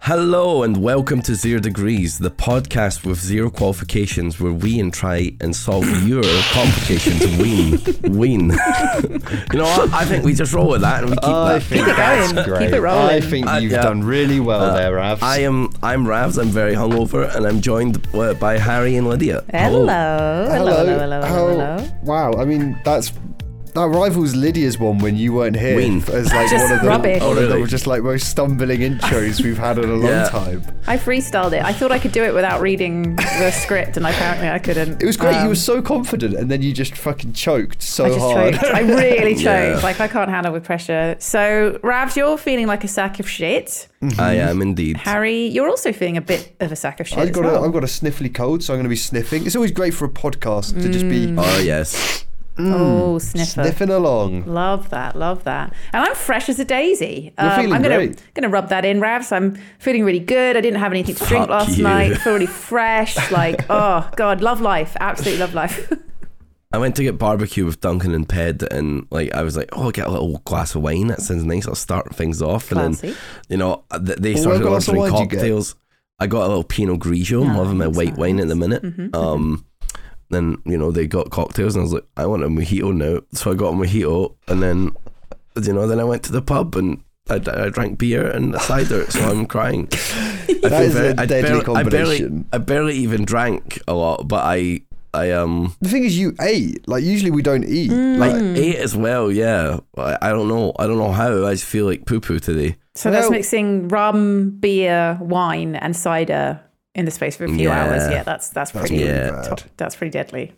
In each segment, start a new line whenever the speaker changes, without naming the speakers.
Hello and welcome to Zero Degrees, the podcast with zero qualifications where we and try and solve your complications. Win, win. you know what? I think we just roll with that and we keep
I
that.
think
Keep it
that's
going. Keep
great.
it rolling.
I think
Uh,
you've
yeah.
done really well
Uh,
there, Rav.
I am I'm Ravs. I'm very hungover, and I'm joined uh, by Harry and Lydia.
Hello. Hello. Hello. Hello. Hello.
How- Wow. I mean, that's that rivals Lydia's one when you weren't here
Win.
as like
Just
one of the
rubbish.
one of the
Really?
just like most stumbling intros we've had in a long
Yeah.
time.
hello.
I freestyled it. I thought I could do it without reading the script, and apparently I couldn't.
It was great. you
Um,
were so confident, and then you just fucking choked so
I just
hard.
choked. I really choked.
Yeah.
Like I can't handle with pressure. So Ravs, you're feeling like a sack of shit.
Mm-hmm.
I am indeed.
Harry, you're also feeling a bit of a sack of shit.
I've
as
got
well.
a, I've got a sniffly cold, so I'm going to be sniffing. It's always great for a podcast to just be
Mm.
Oh yes.
oh
mm,
sniffer.
sniffing along.
Love that, love that. And I'm fresh as a daisy. Um,
You're feeling
I'm gonna,
great.
gonna rub that in, Ravs. I'm feeling really good. I didn't have anything to drink
Fuck
last
you.
night. Feel really fresh. Like, oh God, love life. Absolutely love life.
I went to get barbecue with Duncan and Ped, and like I was like, "Oh, I'll get a little glass of wine. That sounds nice. I'll start things off." And then,
Classy.
you know, th- they
What
started
glass of
ordering
wine did you get?
cocktails. I got a little Pinot Grigio. I'm loving my
Ah, Nice,
white wine at the minute.
Mhm,
Um, then you know they got cocktails, and I was like, "I want a mojito now." So I got a mojito, and then you know, then I went to the pub and. I, I drank beer and cider, so I'm crying. I
That
feel
is a
I
deadly
barely- I barely,
combination.
I barely even drank a lot, but I, I um,
The thing is, you ate. Like usually we don't eat.
Mm.
like
Hmm.
eight as well, yeah. I, I don't know. I don't know how. I just feel like poo poo today.
So that's
Well-
mixing rum, beer, wine, and cider in the space of a few
Yeah.
hours. Yeah, that's that's pretty
pretty
bad.
top- that's pretty deadly.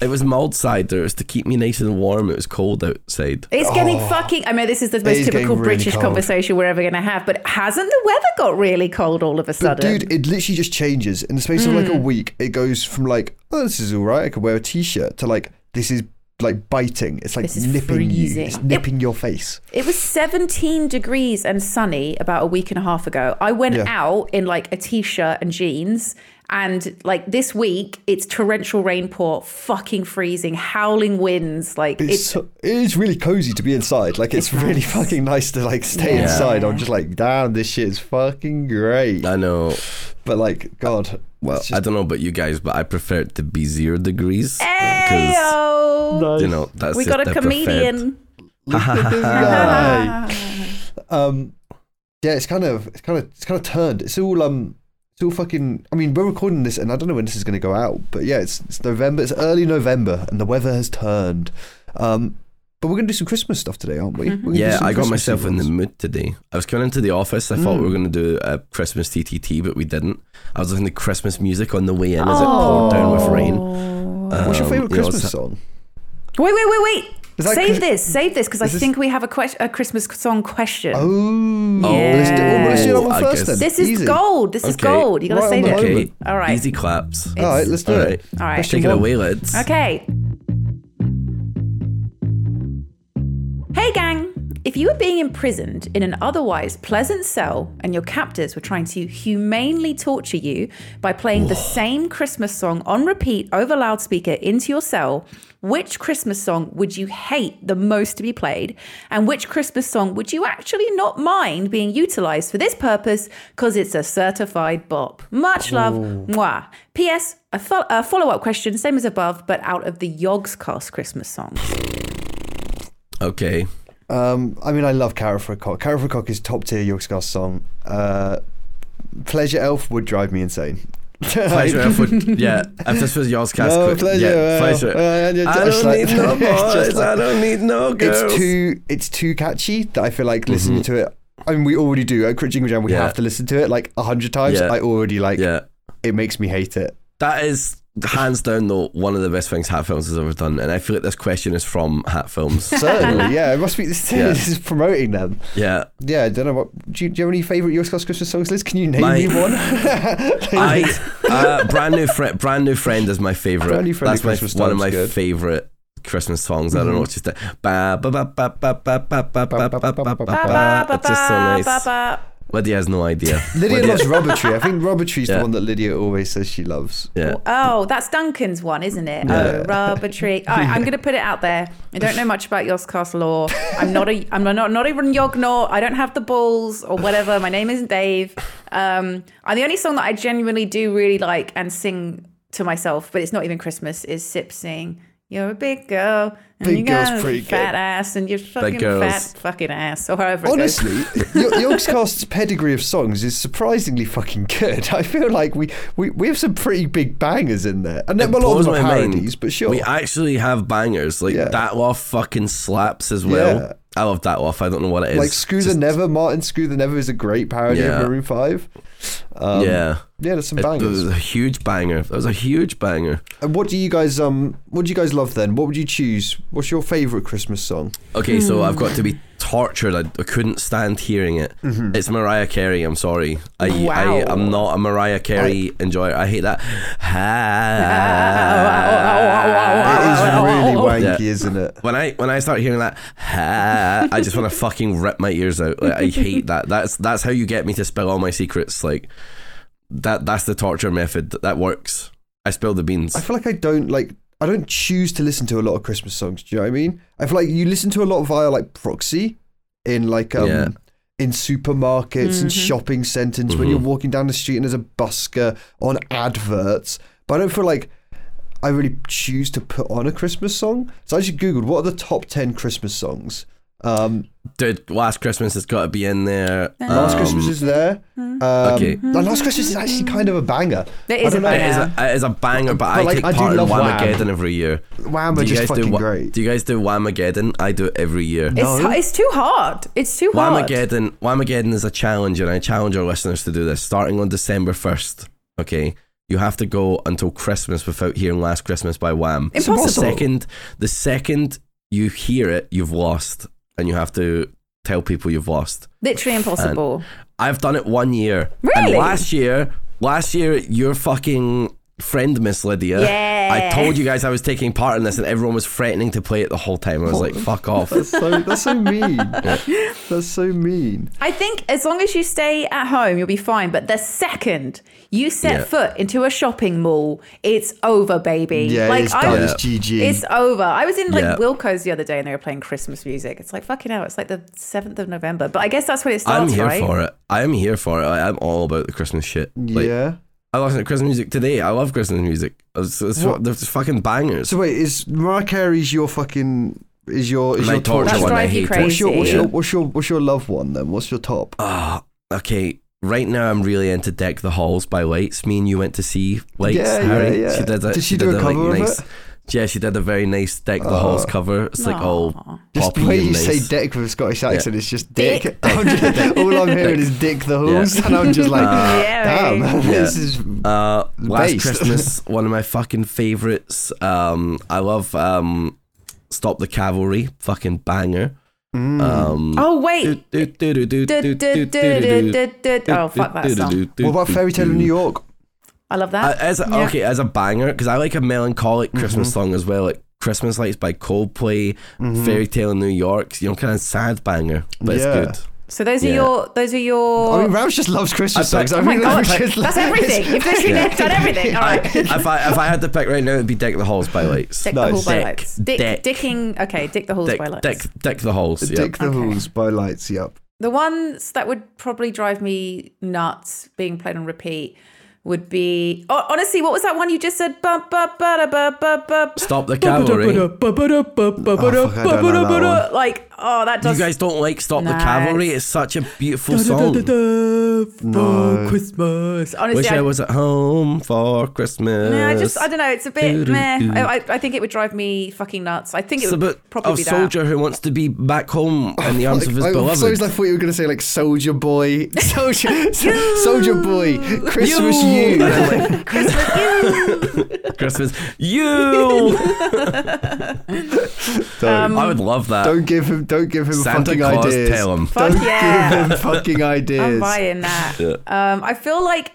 It was mulled cider. It was to keep me nice and warm. It was cold outside.
It's getting fucking. I mean, this is the most
Oh. is getting
typical
really
British
cold.
conversation we're ever going to have. But hasn't the weather got really cold all of
But
a sudden? Mm.
dude, it literally just changes in the space of like a week. It goes from like, oh, this is all right, I could wear a t-shirt, to like, this is like biting. It's like
This is
nipping you.
freezing.
It's nipping your face.
It was 17 degrees and sunny about a week and a half ago. I went
Yeah.
out in like a t shirt and jeans. And like this week, it's torrential rainpour, fucking freezing, howling winds. Like
It's,
it's,
so- it is really cozy to be inside. Like it's,
It's
really
nice.
fucking nice to like stay
Yeah.
inside. I'm just like, damn, this shit is fucking great.
I know.
But like, God,
Well,
it's
I
just-
don't know about you guys, but I prefer it to be zero degrees. Because
Ayo!
you know that's
we
just
got a
the preferred-
comedian.
Guy. um, yeah, it's kind of, it's kind of, it's kind of turned. It's all um. It's all fucking. I mean, we're recording this, and I don't know when this is going to go out, but yeah, it's, it's November. It's early November, and the weather has turned. Um, but we're going to do some Christmas stuff today, aren't we? We're
Mm-hmm.
gonna do
Yeah,
some
I got
Christmas
myself in the
ones.
mood today. I was coming into the office. I thought we were
Hmm.
going to do a Christmas TTT, but we didn't. I was listening to Christmas music on the way in as it
Oh.
poured down with rain.
What's your
Um,
favorite
you know,
Christmas
it's-
song?
Wait, wait, wait, wait.
Is that
Save
Chris-
this, save this, because I
Is this-
think we have a, que- a Christmas song question.
Oh,
Yeah.
let's do, well, let's do that
I
one first
guess.
then.
this is
Easy.
gold. This is
Okay.
gold. You gotta
Right on
save
the
it.
moment.
Okay.
All right.
Easy claps.
All right, let's do
All
it.
right.
All right.
Question
Take it
one.
away, lads.
Okay. Hey, gang. If you were being imprisoned in an otherwise pleasant cell and your captors were trying to humanely torture you by playing the same Christmas song on repeat over loudspeaker into your cell, which Christmas song would you hate the most to be played? And which Christmas song would you actually not mind being utilized for this purpose because it's a certified bop? Much love, mwah. P.S. A, fo- a follow up question, same as above, but out of the Yogscast Christmas songs.
Okay.
Um, I mean, I love Carrot for a Cock. Carrot for a Cock is top tier York Scar song. Uh, Pleasure Elf would drive me insane.
Pleasure Elf would, yeah. If this was yours, cast,
No,
quit.
Oh, Pleasure
yeah,
Elf.
pleasure.
Uh, and you're
I
just
don't
like-
need no
it's just
boys.
like-
I don't need no girls. Mm-hmm.
it's too it's too catchy that I feel like listening to it. I mean, we already do at Crit Jingle Jam. We
Yeah.
have to listen to it like a hundred times.
Yeah.
I already like
Yeah,
it makes me hate it.
that is hands down though one of the best things Hat Films has ever done, and I feel like this question is from Hat Films.
Certainly, yeah. It must be this,
Yeah.
this is promoting them.
yeah,
Yeah, I don't know what. Do you, do you have any favourite Your Scots Christmas songs, Liz? Can you name
My-
me one?
I uh, brand new friend, brand new friend is my favorite.
Brand New Friend
That's
at
my,
Christmas
one of
Time's
my
good. Mm-hmm.
favorite Christmas songs. I don't know what just ba ba ba ba ba ba ba ba ba ba ba ba ba. It's just so nice. Lydia has no idea.
Lydia loves Rubber Tree. I think Rubber Tree's
Yeah.
the one that Lydia always says she loves.
Yeah.
Oh, that's Duncan's one, isn't it? Oh, rubber tree. All right, I'm going to put it out there. I don't know much about Yoss Castle law. I'm not a, I'm not not even Yognor. I don't have the balls or whatever. My name isn't Dave. Um, and the only song that I genuinely do really like and sing to myself, but it's not even Christmas, is Sip Sing. You're a big girl, and
Big
you
girl's
got
pretty
a
good.
fat ass, and you're fucking
girls.
fat fucking ass, or however. it goes.
Honestly, Yo- Yogscast's pedigree of songs is surprisingly fucking good. I feel like we, we, we have some pretty big bangers in there. And then a lot of
blows
them
my
are
mind.
parodies, but sure.
We actually have bangers. Like
Yeah.
that off fucking slaps as well.
Yeah.
I love that off. I don't know what it is.
like Screw
Just-
the Never, Martin Screw the Never is a great parody
Yeah.
of Maroon 5.
yeah.
Yeah, there's some
It, it was
um, bangers.
a huge banger. That was a huge banger.
And what do you guys um what do you guys love then? What would you choose? What's your favourite Christmas song?
Okay, so I've got to be tortured. I, I couldn't stand hearing it.
Mm-hmm.
It's Mariah Carey. I'm sorry. I,
Wow.
I I'm not a Mariah Carey enjoyer. I hate that.
It is really wanky,
Yeah.
isn't it?
when I when I start hearing that, ha, I just want to fucking rip my ears out. Like, I hate that. That's that's how you get me to spill all my secrets. Like that that's the torture method that, that works. I spill the beans.
I feel like I don't like I don't choose to listen to a lot of Christmas songs. Do you know what I mean? I feel like you listen to a lot via like proxy in like um
Yeah.
in supermarkets
Mm-hmm.
and shopping centres
Mm-hmm.
when you're walking down the street and there's a busker on adverts. But I don't feel like I really choose to put on a Christmas song. So I just googled what are the top ten Christmas songs. Um,
Dude, last Christmas has got to be in there.
Last
Um,
Christmas is there. Um,
Okay.
no, Last Christmas is actually kind of a banger.
It
I
Hmm. is a
don't know.
It is,
banger.
a, it is a banger, but, I
like,
take
I do
part in
love
Whamageddon every year.
Wham
Do
are
you
just
guys do
fucking
Wha-
great.
Do you guys do Whamageddon? I do it every year.
It's, it's too hard. It's too hard.
Whamageddon, Whamageddon is a challenge, and I challenge our listeners to do this. Starting on December 1st, okay? You have to go until Christmas without hearing Last Christmas by Wham.
Impossible.
The second, the second you hear it, you've lost, and you have to tell people you've lost.
Literally impossible.
I've done it one year. And
Really?
last year, last year, your fucking friend, Miss Lydia.
Yeah.
I told you guys I was taking part in this, and everyone was threatening to play it the whole time. I was like, fuck off.
That's so that's so mean. That's so mean.
I think as long as you stay at home, you'll be fine. But the second you set
Yeah.
foot into a shopping mall, it's over, baby.
Yeah,
like
it's done. It's GG.
It's over. I was in like
Yeah.
Wilco's the other day, and they were playing Christmas music. It's like fucking hell. It's like the seventh of November. But I guess that's when it
I'm
starts,
here
right?
for it. I'm here for it. I, I'm all about the Christmas shit. Like,
yeah.
I listen to Christmas music today. I love Christmas music. It's, it's,
What?
they're just fucking bangers.
So wait, is Mariah Carey's your fucking is your is
my
your top
torture
That's
one.
one?
I
drive you
hate it.
crazy.
What's your what's
Yeah.
your what's your what's your love one then? What's your top?
Ah, okay. Right now, I'm really into Deck the Halls by Lights. Me and you went to see Lights,
Yeah, yeah,
Harry.
yeah.
She did a,
Did she do
did
a cover of
nice,
it?
Yeah, she did a very nice Deck the Halls cover. It's like all
Just
poppy
the way
and
you
nice.
say dick with a Scottish accent, it's just dick.
Dick.
I'm just- all I'm hearing is dick the halls, and I'm just like, "Ah,
Yeah,
damn,
mate.
this is
Uh, last
Based.
Christmas, one of my fucking favorites. Um, I love um, Stop the Cavalry, fucking banger. Um,
Oh wait.
do, do, do, do,
Du-
do, do,
du- du-
do,
du-
do,
du- du-
do,
Oh fuck that
do, do,
song.
do, do,
What about
do,
Fairy Tale of
do.
New York?
I love
Uh,
that.
as a,
Yeah.
okay, as a banger, because I like a melancholic Christmas song as well, like Christmas Lights by Coldplay, Fairy Tale in New York. You know, kind of sad banger, but
Yeah.
it's good.
So those are
yeah. Oh,
your those are your
I mean, Rouse just loves Christmas
I-
songs. I
oh
my
mean,
God,
Rouse just
that's
loves-
everything. You've literally done everything. All
I,
right.
if I if I had to pick right now, it'd be Deck the Halls by Lights.
Dick
Nice.
the Hall by
Dick.
Lights. Dick,
Dick.
Dicking. Okay, Dick the Halls
Dick,
by Lights.
Dick, Dick the Halls. Yeah.
Dick the halls by lights. Yep.
The ones that would probably drive me nuts being played on repeat would be oh, honestly, what was that one you just said? Bum, bum, ba, ba, ba, ba.
Stop the cavalry. You
Ah, fuck, I don't know that one.
Like, oh, that does.
guys don't like Stop the
Nice.
Cavalry? It's such a beautiful song.
No.
Christmas. Honestly,
Wish I,
I,
was at home for Christmas.
Nah, I just, I don't know. It's a bit
Do-do-do.
meh. I, I- I think it would drive me fucking nuts. I think it
It's
would
about
probably
a
be that.
oh, soldier who wants to be back home in the arms of his
I,
beloved.
So I thought you were going to say like Soldier Boy, Soldier, Soldier Boy, Christmas
You.
you.
And
And
I'm
I'm
like, Christmas, you.
like,
Um,
don't,
I would love that.
don't give him, don't give him
Santa
fucking
Claus,
ideas.
tell him.
Fuck
Don't
yeah.
give him fucking
I'm
ideas.
buying that. Um, I feel like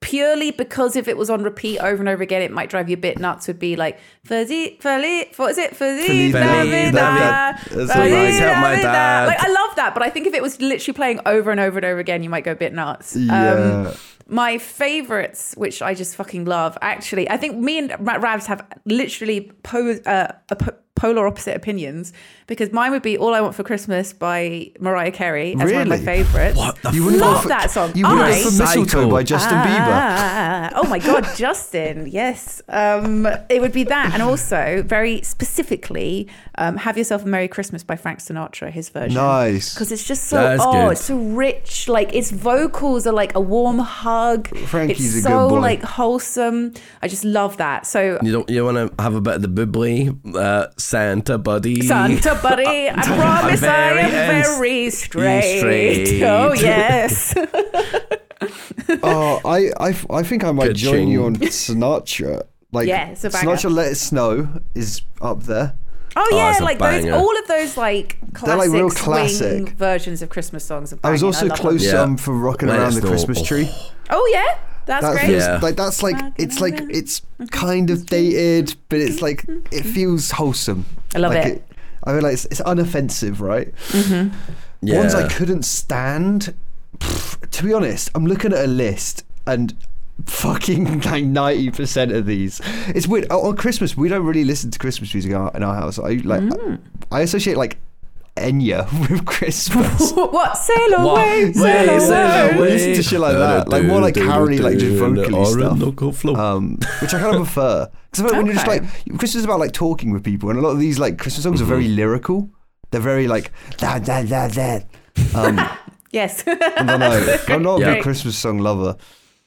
purely because if it was on repeat over and over again, it might drive you a bit nuts. Would be like Feliz, Feliz, what is it? Feliz
Feliz
Navidad.
Navidad.
That's
Feliz
what I-
Help my
Navidad.
dad.
Like I love that, but I think if it was literally playing over and over and over again, you might go a bit nuts. Um,
Yeah.
my favorites, which I just fucking love, actually, I think me and Ra- Ravs have literally po- uh, a po- polar opposite opinions because mine would be "All I Want for Christmas" by Mariah Carey as one of my
Really?
favorites. What
the
you
You
wouldn't
love
go for-
that song.
You
I
wouldn't go for
Psycho.
Mistletoe by Justin Bieber.
Ah, oh my God, Justin. Yes. Um, it would be that. And also, very specifically, um, Have Yourself a Merry Christmas by Frank Sinatra, his version.
Nice.
Because it's just so,
That's
oh,
good.
it's so rich. Like, its vocals are like a warm hug.
Frankie's
it's
a
so,
good boy.
like, wholesome. I just love that. So,
You don't. You want to have a bit of the bubbly uh, Santa buddy.
Santa buddy, I promise
very
I am
ins-
very straight.
straight.
Oh, yes.
Oh, I, I, I think I might join you on
Ka-ching.
Sinatra. Like,
Yeah, it's a banger.
Sinatra Let It Snow is up there.
Oh
Oh,
yeah,
it's a
like those,
banger.
all of those like
They're,
classic,
like, real
swing
classic.
versions of Christmas songs. Are
I was
banging.
also
love them.
close
Yeah.
um, for rocking
Let It
around the
Snow.
Christmas tree.
Oh yeah, that's
That
great.
feels
Yeah.
like that's like it's like it's kind of dated, but it's like it feels wholesome.
Mm-hmm. I love
Like
it.
I mean, like it's, it's unoffensive, right?
Mm-hmm. Yeah.
Ones I couldn't stand. pff, to be honest, I'm looking at a list and fucking like ninety percent of these. It's weird. Oh, on Christmas, we don't really listen to Christmas music in our, in our house. I like
Mm.
I, associate like Enya with Christmas.
What sail
What?
away, sail away.
sail away.
Listen to shit like that. Like, more like Harry, like, just vocally stuff.
Local flow.
um, which I kind of prefer because when you're just
Okay.
like Christmas is about like talking with people, and a lot of these like Christmas songs are very
Mm-hmm.
lyrical. They're very like da da da da. Um,
Yes,
I don't know. I'm not a
Yeah.
big Christmas song lover.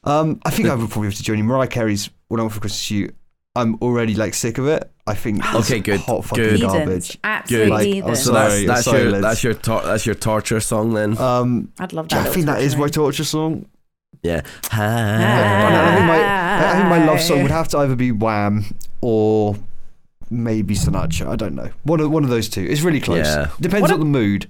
Um, I think I would probably have to join you. Mariah Carey's "When I'm for Christmas You." I'm already like sick of it. I think it's
Okay, good,
hot fucking
good.
heathens,
garbage.
absolute
Like, I'm
heathens.
so that's
Sorry,
that's
sorry,
your
Liz.
that's your tor- that's your torture song then.
Um,
I'd love that.
I think that is my torture song.
yeah.
But I, think my, I think my love song
Hi.
would have to either be Wham or maybe Sinatra. I don't know. One of one of those two. It's really close.
Yeah.
Depends
What
on the mood.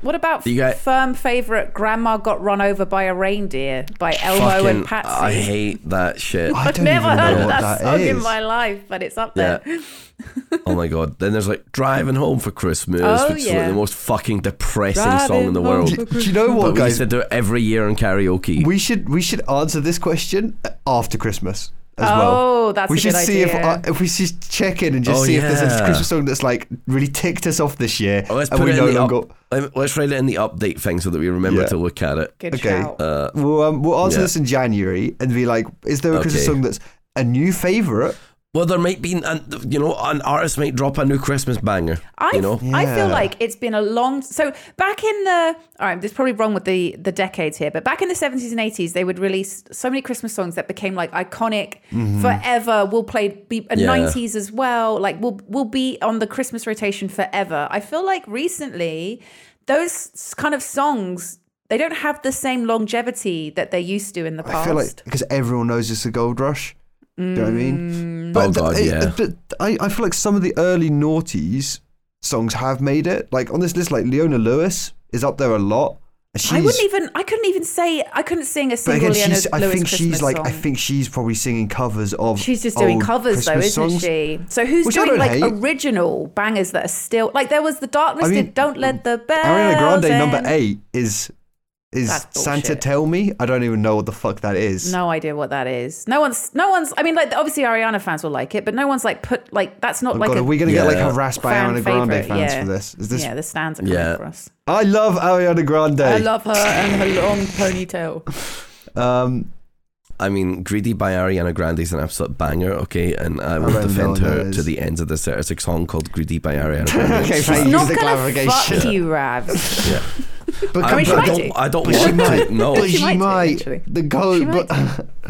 What about
You got-
firm favorite? Grandma got run over by a reindeer by Elmo and
Fucking,
Patsy.
I hate that shit.
I
have
don't
never
even know
heard
what
that,
that
song in
is.
my life, but it's up
Yeah.
there.
oh my god. Then there's like driving home for Christmas,
Oh,
which is like
yeah.
the most fucking depressing song
Driving
in the
home
world.
Do,
for
do you know
But
what,
we used
guys?
to do it every year in karaoke.
We should we should answer this question after Christmas as well.
Oh, that's
we
a
should
good
see if
idea.
uh, if we should check in and just
Oh,
see if there's a
yeah.
Christmas song that's like really ticked us off this year,
Oh, let's
and
put
we
it
no
in the
longer.
up, let- let's write it in the update thing so that we remember
Yeah.
to look at it.
Good
okay.
shout.
We'll, um, we'll answer
uh, Yeah.
this in January and be like, is there a Christmas
Okay.
song that's a new favorite?
Well, there might be, an, you know, an artist might drop a new Christmas banger.
I,
you know,
I feel
Yeah.
like it's been a long so back in the all right, this is probably wrong with the the decades here, but back in the 70s and 80s they would release so many Christmas songs that became like iconic
Mm-hmm.
forever. We'll play be, and
Yeah.
90s as well. Like we'll we'll be on the Christmas rotation forever. I feel like recently those s- kind of songs they don't have the same longevity that they used to in the past.
I feel like because everyone knows it's a gold rush. Do you know what I
Mm.
mean?
Oh, God,
it-
yeah.
but I, I feel like some of the early noughties songs have made it. Like on this list, like Leona Lewis is up there a lot. And She's,
I wouldn't even I couldn't even say I couldn't sing a
But
single
again,
Leonard
she's, I
Lewis
think
Christmas
she's like
song.
I think she's probably singing covers of.
She's just doing
old
covers though,
Christmas
isn't
songs.
she? So who's
Which I don't
doing like
hate.
original bangers that are still like there was the darkness
I mean,
did don't let the bell.
Ariana Grande number eight is is
That's
Santa
bullshit.
Tell Me. I don't even know what the fuck that is.
No idea what that is. No one's no one's I mean like obviously Ariana fans will like it, but no one's like put like that's not
Oh
like
God,
a
are we gonna get like
Yeah.
harassed by
fan
Ariana Grande
favorite.
fans
yeah.
for this? Is this?
Yeah, the stands are coming
Yeah.
for us.
I love Ariana Grande.
I love her and her long ponytail.
Um,
I mean, Greedy by Ariana Grande is an absolute banger, okay? And I will
don't know
defend
what that
her to
is.
the end of this. There's a song called Greedy by Ariana Grande.
okay,
It's
fine. Use
not
the
gonna fuck
clarification.
you, Ravs.
yeah.
But,
I mean, she
I
might
don't,
do.
I don't
but she
want
might.
to. No,
But
it's
She
she
might do,
might.
actually.
The goat.
She might
but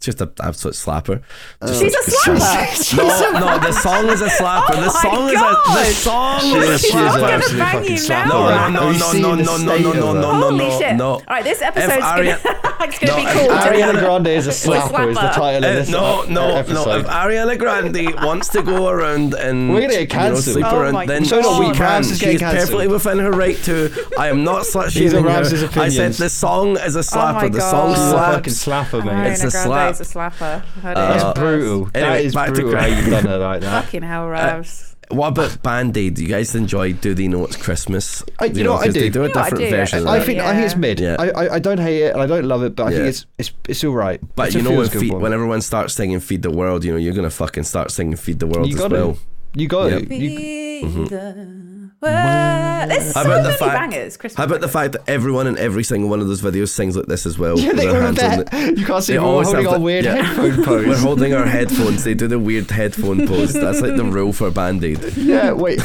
just an absolute slapper.
Uh,
She's a slapper.
No, no, the song is a slapper.
Oh
the
my
song is a the
God.
song
She's
is a
she's not gonna
slapper.
absolute bang fucking you slapper. now.
No, no,
Have you
no,
seen
no,
the
no, no,
state
no,
of
no,
that?
no, no,
Holy
no,
shit.
no.
All right, this
If
episode's
Aria-
gonna, it's gonna
No,
be
if
called.
Ariana Grande is a
slapper.
slapper. Is the title of
Uh,
this
no, no,
episode.
no. If Ariana Grande wants to go around and
We're gonna get
you know,
cancelled.
sleep
Oh my
around, then
So
no,
she
we-
can.
Ramses is getting
She's perfectly
cancelled.
within her right to. I am not slut
These are
shaming her.
Ramses'
I said
opinions.
the song is a slapper.
Oh my
the song
God. She's a
slaps.
fucking slapper, mate.
It's a Uh,
Ariana Grande is a slapper. Heard it here
That's
first.
brutal. that
anyway,
is
back to
brutal how
Greg.
you've done her like that.
Fucking
Uh,
hell, Ravs.
What about Band Aid? Do you guys enjoy Do They Know It's Christmas?
I- you know what I
'cause They
do?
do a
You know what I
different
do,
version of
actually.
I
that.
think I think it's
Yeah.
mid.
Yeah.
I, I I don't hate it and I don't love it, but I
Yeah.
think it's it's it's all right.
But
It's a
you know, when,
feels-good
feed,
one.
when everyone starts singing "Feed the World," you know you're gonna fucking start singing "Feed the World"
you
as
got
well.
it, you got it.
Yep.
You-
Be the world. There's so
Mm-hmm. How about the
many
fact-
bangers. Christmas
How about the
bangers.
fact that everyone in every single one of those videos sings like this as well?
Yeah,
with
they
their
all
hands on
that.
the-
You can't see
They
we're
always
holding
have
our
the-
weird
yeah.
headphone pose.
We're holding our headphones. They do the weird headphone pose. That's like the rule for Band Aid.
Yeah, wait.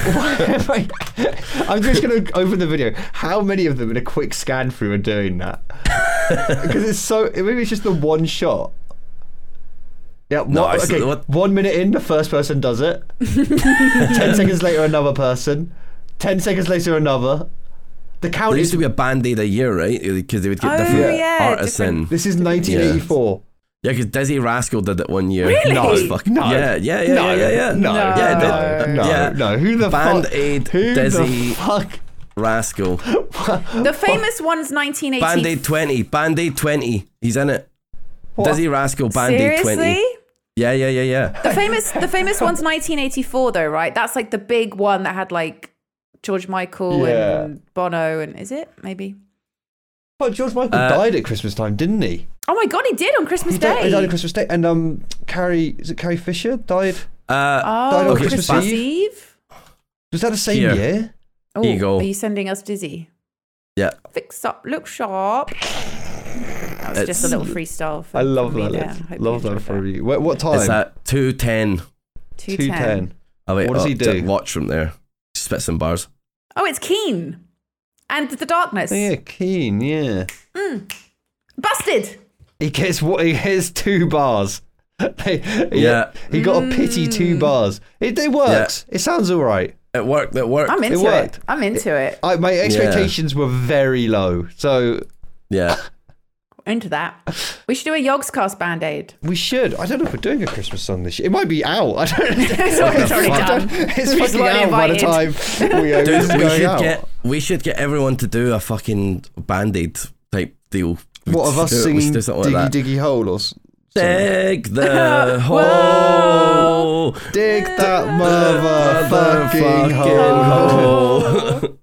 wait. I'm just going to open the video. How many of them in a quick scan through are doing that? Because it's so. Maybe it's just the one shot. Yeah,
No,
one,
I see-
okay,
what-
one minute in, the first person does it. Ten seconds later, another person. Ten seconds later, another. The count
There used
is.
to be a Band Aid a year, right? Because they would get
Oh,
different
yeah,
artists
different-
in.
This is 1984.
Yeah, because Dizzy Rascal did it one year.
Really?
No, fuck.
No.
Yeah, yeah, yeah,
No,
yeah, yeah.
no,
yeah,
no,
did-
no,
yeah.
no. Who the
Band
fuck?
Aid,
Who
Dizzy,
the fuck?
Rascal.
The famous one's 1980.
Band Aid 20. Band Aid 20. He's in it. Dizzy Rascal, Band Aid 20.
Seriously?
Yeah, yeah, yeah, yeah.
The famous, the famous one's 1984, though, right? That's like the big one that had like George Michael and Bono, and is it maybe?
Oh, George Michael
Uh,
died at Christmas time, didn't he?
Oh my god, he did on Christmas
He died,
Day.
he died on Christmas Day, and um, Carrie is it Carrie Fisher died?
Uh,
oh,
died on
on
Christmas
Christmas,
Eve.
Eve.
Was that the same
Here.
year?
Oh,
Here you go.
Are you sending us dizzy?
yeah.
Fix up, look sharp. That was just a
It's-
little freestyle. For,
I love
for me
that.
there.
list.
I hope you
Love that
enjoyed
for you. What, what time?
It's at 210.
210.
Oh, wait,
What does
oh,
he
d-
do?
Watch from there. Spit some bars.
Oh, it's Keen and the darkness. Mm.
Oh, yeah, Keen. Yeah,
Busted.
he gets what he gets two bars. He- he-
Yeah.
he got a pity two bars. It, it works. It sounds all right.
It worked, it worked.
I'm into it.
worked.
I'm into it.
I, my expectations were very low, so
yeah.
Into that. We should do a Yogscast band aid.
we should. I don't know if we're doing a Christmas song this year. It might be out. I don't. know.
it's already, it's already
I don't-
done.
It's
We're just
fucking
already
out by the
invited.
time we, uh,
Dude,
this is
we
going
should
out.
get we should get everyone to do a fucking band aid type deal. We
What of
should
us
do it, we should
singing
do
Diggy
something like that.
Diggy Hole or s-
Dig the hole.
Dig that
Motherfucking
motherfucking hole.
hole.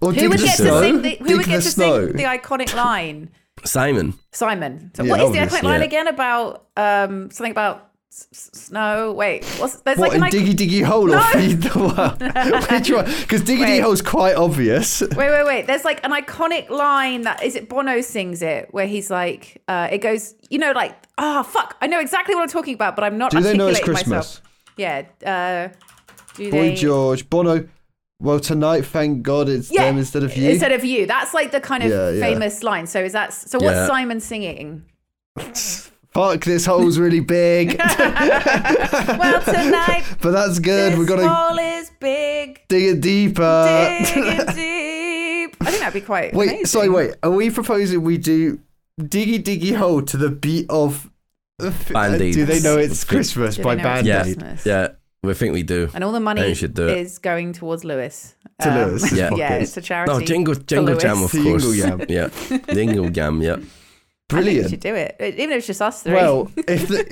Or
Who would
the
get to
snow.
sing the, who
Dig
would get
the
to
snow.
sing the iconic line?
Simon.
Simon. So
Yeah,
what is the
obviously,
iconic line
yeah.
again about um something about s- s- snow? Wait, what's there's
What,
like an
in
ic-
Diggy Diggy Hole
No.
or Feed the World? Which one? Because Diggy
Wait.
Diggy Hole's quite obvious.
Wait, wait, wait. There's like an iconic line that is it Bono sings it where he's like, uh, it goes, you know, like, ah, fuck, I know exactly what I'm talking about, but I'm not
Do they
articulating
know it's
myself. Yeah. Uh, do
Boy
they?
George, Bono. Well, tonight, thank God, it's
yeah.
them instead of you.
Instead of you. That's like the kind of
Yeah, yeah.
famous line. So is that? So what's
Yeah.
Simon singing?
Fuck, this hole's really big.
Well, tonight
but that's good.
this
We're gonna
hole is big,
dig it deeper.
digging deep. I think that'd be quite.
Uh, wait,
amazing.
sorry, wait. Are we proposing we do Diggy Diggy Hole to the beat of?
Band-Aids.
uh, Do they know it's
Do they know it's
Christmas
Do
by
they know it's
Band
Yeah.
Aid?
Christmas?
Yeah, we think we do.
And all the money
Then you should do it.
is going towards Lewis. Um,
To Lewis'
Yeah.
Yeah,
pockets.
it's a charity.
No, Jingle
for
Jingle
Lewis.
Jam, of
Jingle
course.
Jam.
Yeah. Jingle Jam, yeah.
I think we
Brilliant.
should do it, even if it's just us three.
Well, if the,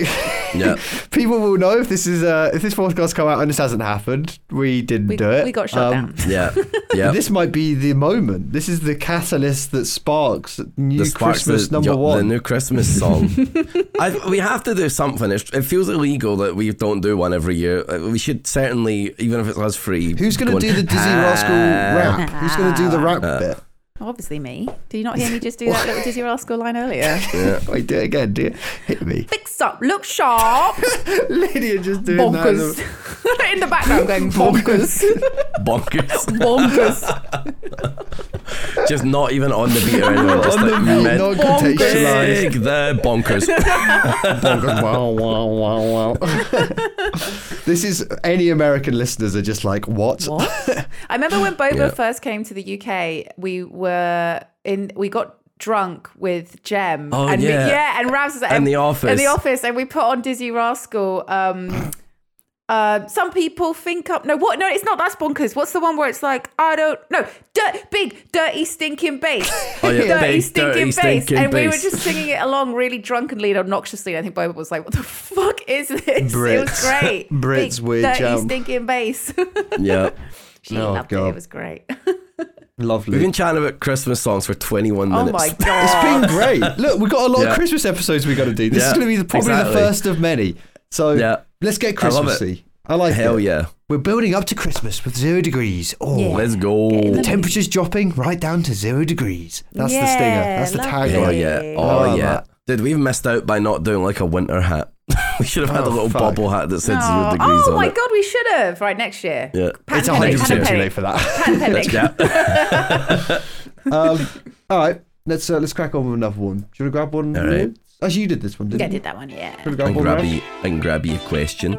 Yeah.
people will know if this is uh, if this podcast come out and this hasn't happened, we didn't
we,
do it.
we got shut
Um,
down.
Yeah. Yeah.
This might be the moment. This is the catalyst that sparks new
the Sparks,
Christmas
the,
number
yo- the
one.
new Christmas song. I, we have to do something. It's, it feels illegal that we don't do one every year. Uh, We should certainly, even if it's us free.
Who's going to do the Dizzy Rascal rap? Who's going to do the rap bit?
Obviously, me. Did you not hear me just do that little did your rascal line earlier?
Yeah. Wait, do it again, do it. Hit me.
Fix up, look sharp,
Lydia just doing
bonkers. In the background, going bonkers,
Bonkers.
bonkers.
Just not even on the beat or anything. Just
On the
like
beat,
men-
not
Big
contextualized.
the bonkers.
that. Bonkers. Wow, wow, wow, wow. this is any American listeners are just like, what?
What? I remember when Boba
Yeah.
first came to the UK, we were in, we got drunk with Jem.
Oh,
and me-
yeah.
yeah, and Rams was like,
And The
And
Office.
the office, and we put on Dizzy Rascal. Um, uh, some people think up. No, what? No, it's not. That's bonkers. What's the one where it's like, I don't know. Dirt, big, dirty, stinking bass.
Oh, yeah,
dirty,
big,
stinking
dirty,
bass.
stinking
and we were
bass.
just singing it along really drunkenly and obnoxiously. And I think Boba was like, what the fuck is this? It was
Brits.
great.
Brits
big,
with
Dirty,
jam.
stinking bass.
Yeah.
She
Oh,
loved it. It
God.
was great.
We've
Lovely.
been chatting about Christmas songs for 21
Oh
minutes.
my
It's
god.
been great. Look, we've got a lot
Yeah.
of Christmas episodes we got to do. This
Yeah,
is going to be the, probably
exactly.
the first of many. So
Yeah.
let's get
I love it.
Christmassy. I, like
Hell
it.
yeah.
We're building up to Christmas with zero degrees. Oh,
Yeah.
Let's go.
Get in the
temperatures dropping right down to zero degrees. That's the stinger.
Yeah,
That's the
lovely.
Oh
tagline.
yeah. Oh
I love
yeah.
that.
Dude, we've missed out by not doing like a winter hat. we should have had
Oh,
a little
fuck.
bobble hat that said zero
Oh,
degrees
oh
on
my
it.
god, we should have. Right, next year.
Yeah.
Pat
It's
and Penny,
100%
Pat
too
and
late for that.
Pat and Penny.
Yeah.
um, all right, let's uh, let's crack on with another one. Should we grab one?
All right.
Actually, you did this one, didn't
Yeah, I
you?
did that one, yeah.
Should we
I
grab
can
one?
grab
Raf?
you I can grab you a question.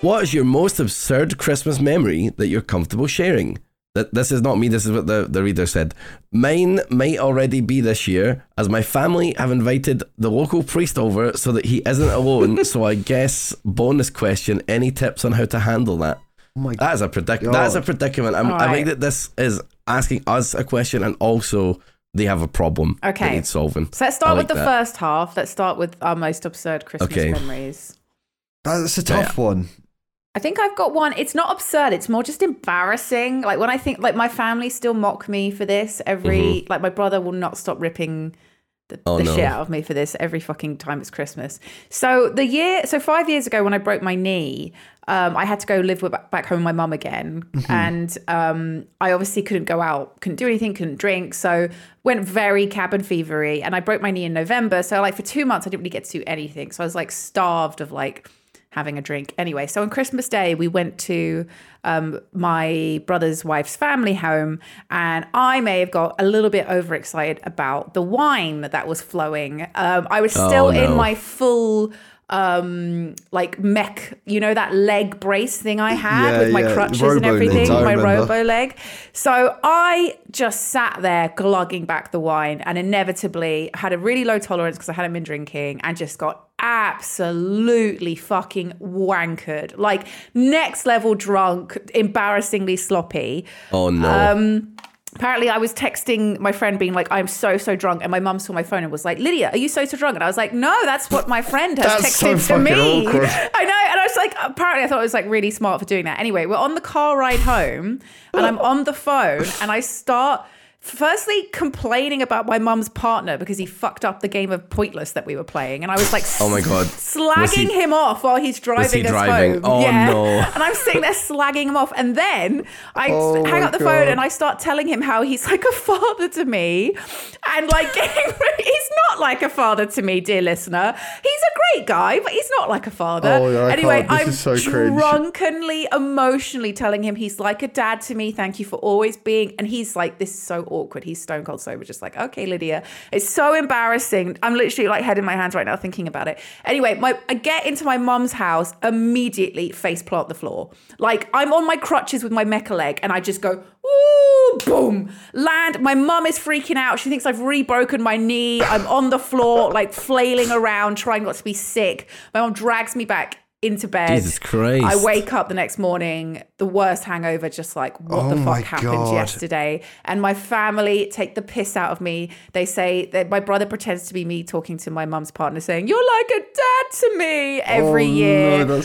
What is your most absurd Christmas memory that you're comfortable sharing? That this is not me, this is what the, the reader said. Mine might already be this year, as my family have invited the local priest over so that he isn't alone. so I guess bonus question, any tips on how to handle that?
Oh my
That is a predic- that is a
God.
predicament. I'm, I
Alright.
think that this is asking us a question and also they have a problem that
Okay.
needs solving.
So
I
let's start with
like
the
that.
first half. Let's start with our most absurd Christmas
Okay.
memories.
That's a tough one.
I think I've got one. It's not absurd. It's more just embarrassing. Like when I think, like my family still mock me for this. Every like my brother will not stop ripping the,
Mm-hmm. Oh,
the
no.
shit out of me for this every fucking time it's Christmas. So the year, so five years ago when I broke my knee, um, I had to go live with, back home with my mum again,
Mm-hmm.
and um, I obviously couldn't go out, couldn't do anything, couldn't drink, so went very cabin fevery, and I broke my knee in November. So like for two months I didn't really get to do anything. So I was like starved of like having a drink anyway. So on Christmas Day we went to um, my brother's wife's family home, and I may have got a little bit overexcited about the wine that was flowing. Um, I was still
Oh, no.
in my full um like mech you know that leg brace thing i had
Yeah,
with my
yeah,
crutches
robo
and everything
legs, I
my
remember.
robo leg so i just sat there glugging back the wine and inevitably had a really low tolerance because i hadn't been drinking and just got absolutely fucking wankered like next level drunk embarrassingly sloppy
Oh no.
um, apparently I was texting my friend being like, I'm so, so drunk. And my mum saw my phone and was like, Lydia, are you so, so drunk? And I was like, no, that's what my friend has
That's
texted
so
to me.
fucking awkward.
I know. And I was like, apparently I thought I was like really smart for doing that. Anyway, we're on the car ride home and I'm on the phone and I start firstly complaining about my mum's partner because he fucked up the game of pointless that we were playing. And I was like,
oh my god. Was
slagging
he-
him off while he's driving
Was he
us
driving?
home.
Oh,
yeah.
no.
And I'm sitting there slagging him off. And then I
Oh,
hang
my
up the phone
God.
and I start telling him how he's like a father to me. And like getting he's not like a father to me, dear listener. He's a great guy, but he's not like a father.
Oh, yeah, I
anyway,
can't. This
I'm
is so cringe.
drunkenly, emotionally telling him he's like a dad to me. Thank you for always being. And he's like, this is so awkward. He's stone cold sober, just like, okay, Lydia. It's so embarrassing. I'm literally like head in my hands right now thinking about it. Anyway, my I get into my mum's house, immediately face plant the floor. Like I'm on my crutches with my mecha leg and I just go, Ooh, boom, land. My mum is freaking out. She thinks I've re-broken my knee. I'm on the floor, like flailing around, trying not to be sick. My mum drags me back into bed.
Jesus Christ.
I wake up the next morning, the worst hangover, just like, what
Oh
the
my
fuck happened
God.
yesterday? And my family take the piss out of me. They say that my brother pretends to be me talking to my mum's partner, saying, You're like a dad to me every
Oh,
year. Um,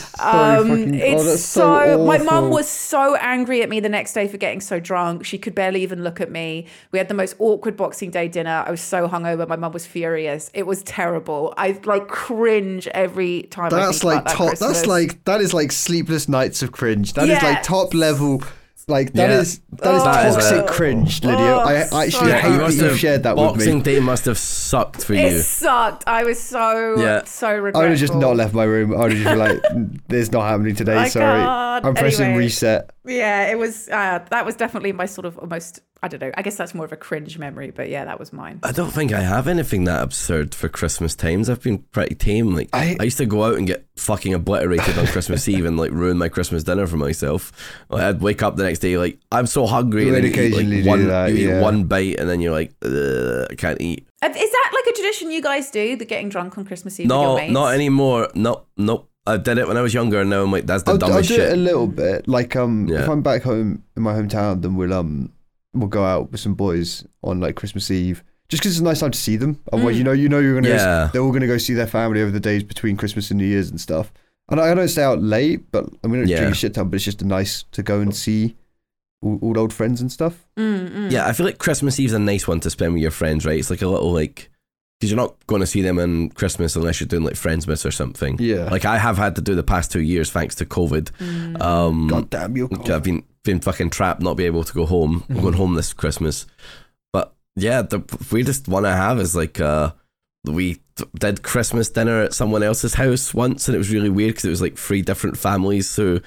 Mm,
no, that's so fucking- oh,
it's
that's
so,
so
my mum
awful.
was so angry at me the next day for getting so drunk. She could barely even look at me. We had the most awkward Boxing Day dinner. I was so hungover. My mum was furious. It was terrible. I like cringe every time. I
That's
think
like
about that
top.
Christmas.
That's like that is like sleepless nights of cringe. That is
Yeah.
like top level. Like that
Yeah.
is that is
Oh.
That is
toxic
it.
cringe, Lydia. I, I actually
Yeah, you
hate that you've shared that with
Boxing
me.
Day must have sucked for
it
you.
sucked. I was so
Yeah.
so regretful.
I would have just not left my room. I would have just been like, "There's not happening today.
My
sorry,
God.
I'm pressing
Anyway.
reset."
Yeah, it was. Uh, that was definitely my sort of almost. I don't know. I guess that's more of a cringe memory, but yeah, that was mine.
I don't think I have anything that absurd for Christmas times. I've been pretty tame. Like I,
I-
used to go out and get fucking obliterated on Christmas Eve and like ruin my Christmas dinner for myself. Like, I'd wake up the next day like I'm so hungry.
You
and
would
then you eat, like,
occasionally do
one,
that,
you eat
yeah.
one bite and then you're like, "Ugh, I can't eat.
Uh, Is that like a tradition you guys do? The getting drunk on Christmas Eve?
No,
with your mates?
not anymore. No, nope. I did it when I was younger, and now I'm like, that's the
I'll, I'll do
dumbest
it a
shit.
little bit. Like, um,
Yeah.
if I'm back home in my hometown, then we'll um, we'll go out with some boys on like Christmas Eve, just because it's a nice time to see them. Otherwise, you know, you know, you're gonna, go s-
Yeah.
they're all gonna go see their family over the days between Christmas and New Year's and stuff. And I, I don't stay out late, but I mean, I don't
Yeah.
drink a shit ton, but it's just nice to go and see all, all old friends and stuff.
Mm.
Yeah, I feel like Christmas Eve's a nice one to spend with your friends, right? It's like a little like because you're not going to see them on Christmas unless you're doing like Friendsmas or something.
Yeah.
Like I have had to do the past two years thanks to COVID.
Mm.
Um,
God damn you! Mm-hmm.
I've been been fucking trapped, not be able to go home. I'm going home this Christmas. But yeah, the weirdest one I have is like uh, we t- did Christmas dinner at someone else's house once, and it was really weird because it was like three different families who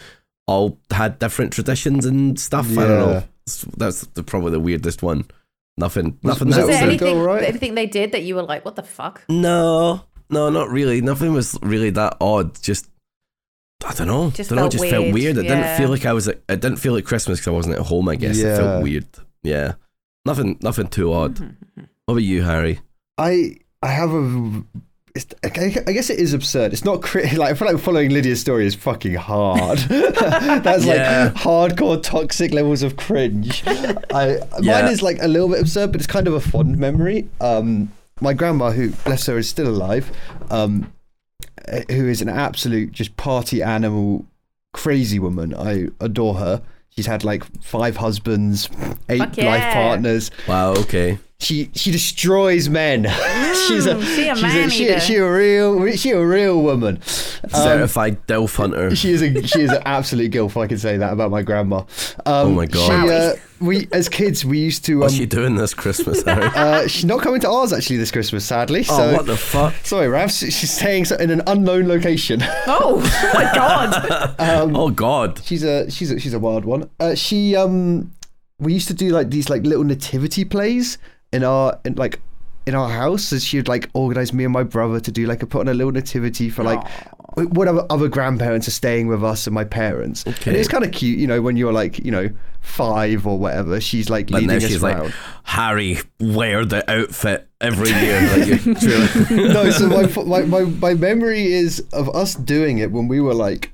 all had different traditions and stuff. I don't
Yeah.
know. It's- That's the, probably the weirdest one. Nothing.
Was-
nothing.
was
that
it
Was
was
there
all
like-
the-
anything,
Go, right?
anything they did that you were like, what the fuck?
no, no, not really. Nothing was really that odd. Just I don't know.
Just
I don't know.
felt
It just felt
weird,
weird. It didn't
yeah.
feel like I was. At, it didn't feel like Christmas because I wasn't at home. I guess it
Yeah.
felt weird. Yeah, nothing. Nothing too odd. What about you, Harry?
I I have a. It's, I gu- I guess it is absurd. It's not cri- like I feel like following Lydia's story is fucking hard. That's
Yeah.
like hardcore toxic levels of cringe. I
Yeah.
mine is like a little bit absurd, but it's kind of a fond memory. Um, my grandma, who bless her, is still alive. Um, uh, who is an absolute just party animal, crazy woman. I adore her. She's had like five husbands, eight
Fuck yeah.
life partners
Wow. Okay.
she she destroys men. she's a,
she Mm, a
she's
man
she,
eater.
she a real she a real woman. Um,
Certified Delf Hunter.
she is a she is an absolute gilf. I can say that about my grandma. Um, oh
my God.
She, uh, we as kids we used to. Um,
What's she doing this Christmas, Harry?
uh, she's not coming to ours actually this Christmas, sadly.
oh,
so
what the fuck?
sorry, Rav. she- She's staying so- in an unknown location.
Oh, oh my god!
um,
oh God.
she's a she's a she's a wild one. Uh, she um we used to do like these like little nativity plays in our in like in our house. So she would like organize me and my brother to do like a put on a little nativity for like wh- whatever other grandparents are staying with us and my parents. And
Okay.
it's kind of cute, you know, when you're like you know five or whatever. She's like
But
leading
now
us
she's
around.
like, Harry, wear the outfit every year. Like, you truly-
no, so my, my, my, my memory is of us doing it when we were like,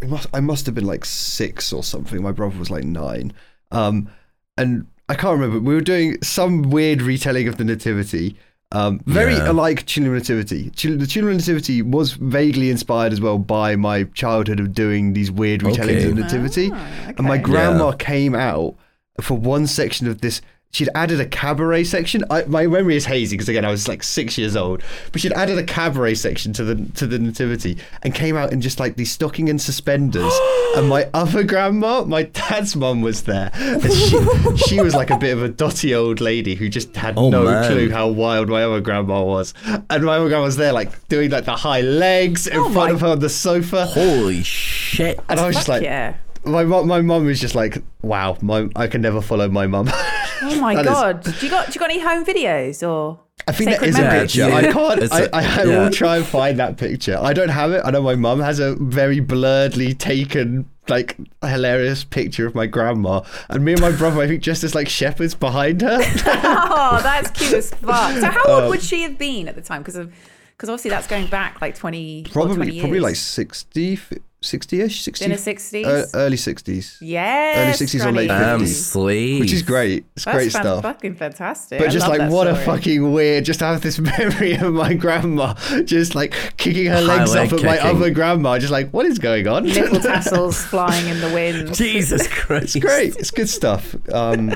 it must, I must have been like six or something. My brother was like nine. Um, and I can't remember. We were doing some weird retelling of the Nativity. Um, very
Yeah.
alike Children of Nativity. Chil- the Children of Nativity was vaguely inspired as well by my childhood of doing these weird retellings
Okay.
of Nativity. And my
Ah, okay.
grandma came out for one section of this. She'd added a cabaret section. I, my memory is hazy because again I was like six years old. But she'd added a cabaret section to the to the nativity and came out in just like these stocking and suspenders. and my other grandma, my dad's mum, was there, and she she was like a bit of a dotty old lady who just had
Oh,
no
man.
clue how wild my other grandma was. And my other grandma was there like doing like the high legs
Oh,
in front of her on the sofa.
Holy shit.
And I was just
Fuck
like,
yeah!
my mum, my mum was just like, wow, my I can never follow my mum.
Oh my
That is-
god! Do you got do you got any home videos or?
I think that
Sacred
is a
memory.
picture.
Yeah,
I
yeah.
can't.
It's
I
a-
I- I
yeah.
will try and find that picture. I don't have it. I know my mum has a very blurredly taken, like, hilarious picture of my grandma, and me and my brother, I think, dressed as like shepherds behind her. Um,
Oh, that's cute as fuck. So how old would she have been at the time? Because Because obviously that's going back like 20 or
Probably,
20
probably
years.
like 60, 60-ish, 60,
In the 60s?
uh, early 60s.
yes,
60s or late
granny.
Damn,
50s.
sleep.
Which is great. It's
That's
great
fan-
stuff.
fucking fantastic.
But
I
just
love
like
that
what a
story.
fucking weird just to have this memory of my grandma just like kicking her legs
Highway
up at my
kicking.
other grandma, just like, what is going on?
Little tassels flying in the wind.
Jesus Christ.
it's great. It's good stuff. Um,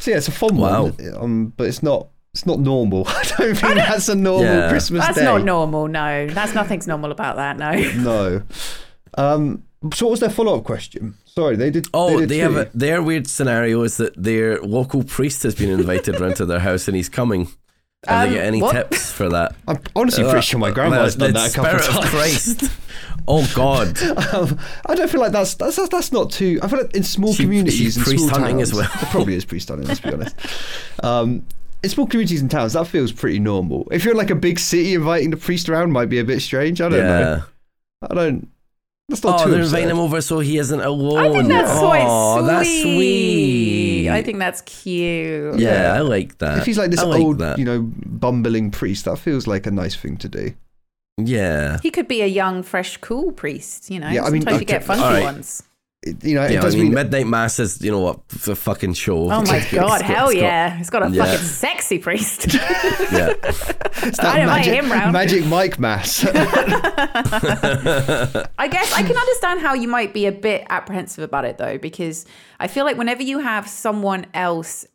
so yeah, it's a fun
Wow.
one. Um, but it's not it's not normal. I don't think that's a normal
Yeah.
Christmas
That's
day.
not normal. No, that's nothing's normal about that. No.
No. Um, so what was their follow up question? Sorry, they did.
Oh,
they,
they,
did
have
two.
a, their weird scenario is that their local priest has been invited round to their house and he's coming. Have
Um,
they got any
what?
tips for that?
I'm honestly
Uh,
pretty sure my grandma's
well,
done
the
that a couple
Spirit
of times.
Of Christ. Oh God!
Um, I don't feel like that's that's that's, that's not too. I feel like in small
She-
communities
she's
and small
priest hunting
towns,
as well.
it probably is priest hunting. Let's be honest. Um, in small communities and towns, that feels pretty normal. If you're in, like a big city, inviting the priest around might be a bit strange. I don't know.
yeah.
I don't. That's not
Oh,
too.
they're
absurd.
inviting him over so he isn't alone.
I think that's quite
oh,
sweet.
that's sweet.
I think that's cute.
Yeah, I like that.
If he's like this
I like
old,
that.
you know, bumbling priest, that feels like a nice thing to do.
yeah.
He could be a young, fresh, cool priest. You know.
Yeah, I mean,
Sometimes you
okay,
get funky
all right.
ones.
It, you know, it
Yeah, I
does
mean,
mean,
midnight mass is you know what the fucking show.
Oh my
It's got-
god!
it's got-
Hell
it's got-
yeah! He's got a
Yeah.
fucking sexy priest.
yeah.
it's
I
that
invite
magic,
him round.
magic Mike mass.
I guess I can understand how you might be a bit apprehensive about it though, because I feel like whenever you have someone else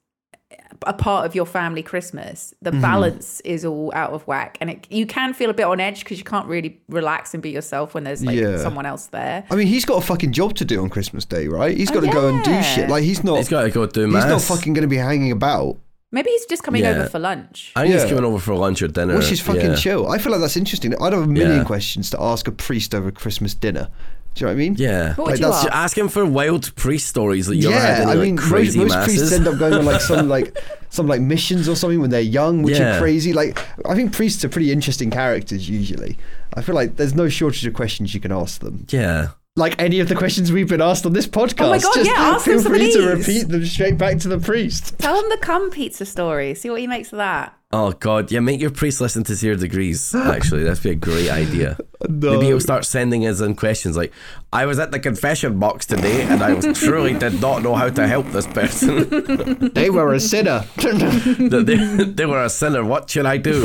eh, a part of your family Christmas, the
Mm-hmm.
balance is all out of whack, and it, you can feel a bit on edge because you can't really relax and be yourself when there's like
Yeah.
someone else there.
I mean, he's got a fucking job to do on Christmas Day, right? He's got to go and do
Oh, yeah.
shit. Like he's not.
He's got to go do
He's
mass.
not fucking going to be hanging about,
Maybe he's just coming
Yeah.
over for lunch.
I think
Yeah.
he's coming over for lunch or dinner.
which is fucking
Uh, yeah.
chill. I feel like that's interesting. I'd have a million
Yeah.
questions to ask a priest over Christmas dinner. Do you know what I mean?
Yeah.
What
Like,
would you
that's
ask?
Ju- Ask him for wild priest stories that you ever had
yeah,
any
I
like,
mean, most,
crazy
most
masses.
priests end up going on like some like some like missions or something when they're young, which
Yeah.
are crazy. Like, I think priests are pretty interesting characters usually. I feel like there's no shortage of questions you can ask them.
yeah.
Like any of the questions we've been asked on this podcast.
Oh God,
just
yeah, ask them
feel
some of
free to
these.
repeat them straight back to the priest.
Tell him the cum pizza story. See what he makes of that.
Oh god, yeah. Make your priest listen to zero degrees. Actually, that'd be a great idea. Maybe he'll start sending us in questions like, "I was at the confession box today, and I truly did not know how to help this person.
They were a sinner.
that they, they were a sinner. What should I do?"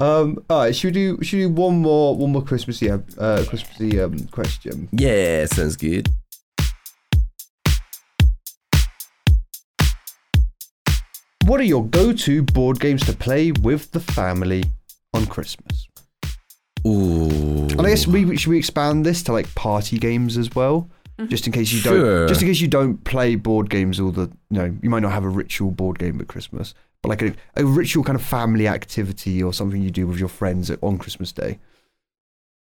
Um, all right, should we do should we do one more one more Christmassy uh, uh, Christmassy um, question?
yeah, sounds good.
What are your go-to board games to play with the family on Christmas?
Ooh.
And I guess we we- should we expand this to like party games as well, just in case you
Sure.
don't just in case you don't play board games all the you know you might not have a ritual board game at Christmas, but like a, a ritual kind of family activity or something you do with your friends at, on Christmas Day.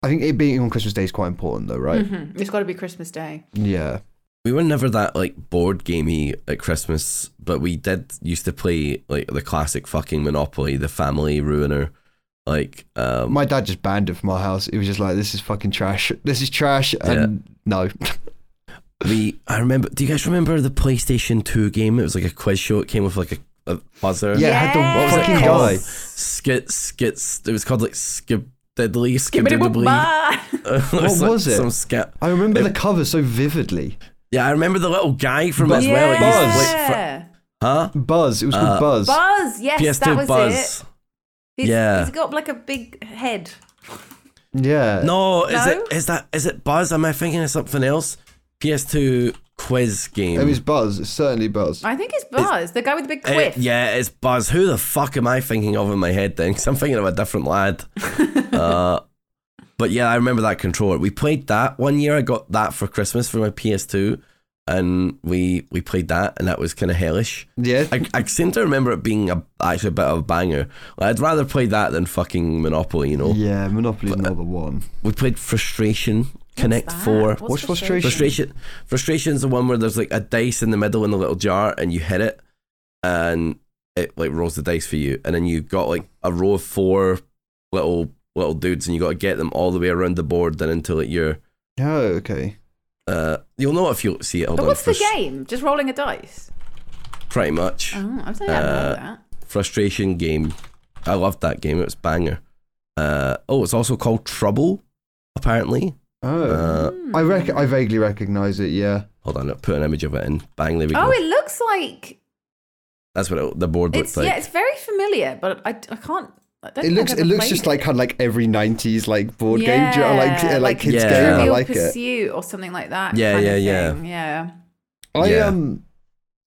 I think it being on Christmas Day is quite important though, right?
Mhm. It's got to be Christmas Day.
Yeah.
We were never that like board gamey at Christmas, but we did used to play like the classic fucking Monopoly, the Family Ruiner, like um,
My dad just banned it from our house. It was just like, this is fucking trash. This is trash. And no.
we. I remember. Do you guys remember the PlayStation Two game? It was like a quiz show. It came with like a, a buzzer.
Yeah, it had the
Yes.
What was
fucking
it
guy.
called? Skit skit. It was called like Skip Diddly Skip Diddly.
Skibbidi-bop-ba.
was,
What
like,
was it?
Some skit.
I remember
It-
the cover so vividly.
Yeah, I remember the little guy from it as well. It used to play fr-
Yeah.
huh?
Buzz. It was called
Uh,
Buzz.
Buzz. Yes, that
PS2
was
Buzz.
it. He's,
Yeah.
He's got like a big head.
Yeah.
No, is
No?
it is that is it Buzz? Am I thinking of something else? PS2 quiz game.
It was Buzz. It's certainly Buzz.
I think it's Buzz, the guy with the big
It-
quiff.
Eh, yeah, it's Buzz. Who the fuck am I thinking of in my head then? 'Cause I'm thinking of a different lad. uh, but yeah, I remember that controller. We played that one year. I got that for Christmas for my PS2, and we we played that, and that was kind of hellish.
Yeah.
I, I seem to remember it being a, actually a bit of a banger. Like, I'd rather play that than fucking Monopoly. You know,
yeah, Monopoly's
uh,
another one.
we played Frustration, Connect
that?
Four.
What's
What's frustration?
Frustration. Frustration's the one where there's like a dice in the middle in a little jar, and you hit it, and it like rolls the dice for you, and then you got like a row of four little little dudes, and you got to get them all the way around the board, then until like you're.
Oh, okay.
Uh, you'll know if you see it. Hold
But
on,
what's the
frus-
game? Just rolling a dice.
Pretty much.
Oh, I don't know
Uh,
that.
frustration game. I loved that game. It was banger. Uh, oh, it's also called Trouble, apparently.
Oh,
Uh,
I rec- I vaguely recognise it. Yeah,
Hold on, I'll put an image of it in. Bang, there we go.
Oh, it looks like
That's what it, the board looked
it's
like.
yeah, it's very familiar, but I, I can't. I don't
it
think
looks
I've
it
ever
looks
played
just
it.
like kind of like every '90s like board game, do you know, like
Yeah,
uh, like
like
kids
Yeah.
game. I
Trivial
like it.
Pursuit or something like that.
Yeah,
kind of
yeah,
thing. yeah.
I
Yeah.
um,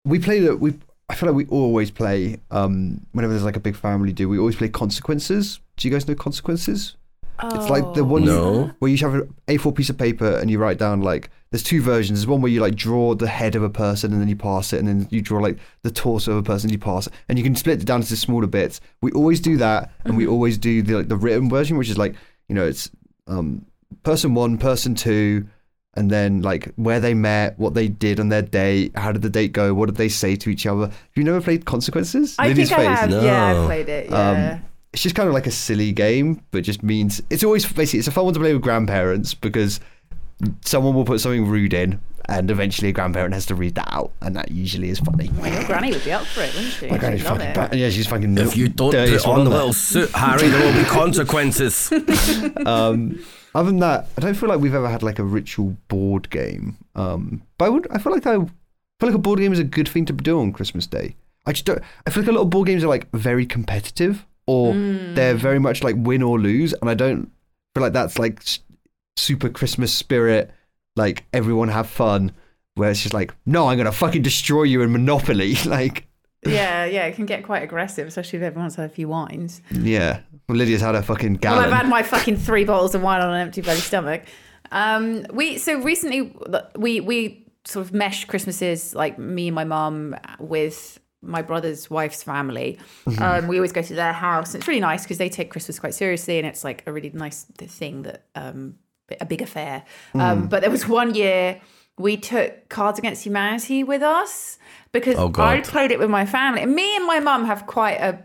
we played it. We I feel like we always play um whenever there's like a big family do. We always play consequences. Do you guys know consequences?
Oh.
It's like the one
No.
where you have an A4 piece of paper and you write down like there's two versions. There's one where you like draw the head of a person and then you pass it, and then you draw like the torso of a person and you pass it, and you can split it down into smaller bits. We always do that, and
Mm-hmm.
we always do the like the written version, which is like you know it's um person one, person two, and then like where they met, what they did on their date, how did the date go, what did they say to each other. Have you never played Consequences?
I
Lydia's
think I have. Yeah,
No.
I've played it.
Um,
Yeah.
it's just kind of like a silly game, but just means it's always basically it's a fun one to play with grandparents because someone will put something rude in, and eventually a grandparent has to read that out, and that usually is funny.
Your granny would be up for it, wouldn't she?
My granny's
She'd love
fucking
it.
bad. Yeah, she's fucking.
If you don't
dirtiest
put on
one
the
on
little
there.
suit, Harry, there will be consequences.
Um, other than that, I don't feel like we've ever had like a ritual board game. Um, but I would. I feel like I, I feel like a board game is a good thing to do on Christmas Day. I just don't. I feel like a lot of board games are like very competitive, or
Hmm.
they're very much like win or lose, and I don't feel like that's like s- super Christmas spirit. Like everyone have fun, where it's just like, no, I'm gonna fucking destroy you in Monopoly. like,
Yeah, yeah, it can get quite aggressive, especially if everyone's had a few wines.
yeah. Well, Lydia's had a fucking
Well,
gallon.
I've had my fucking three bottles of wine on an empty bloody stomach. Um, we so recently we we sort of mesh Christmases like me and my mum with my brother's wife's family.
Mm-hmm.
Um, we always go to their house. It's really nice because they take Christmas quite seriously, and it's like a really nice thing that um, a big affair. Um,
Mm.
but there was one year we took Cards Against Humanity with us because
Oh, God.
I played it with my family. And me and my mum have quite a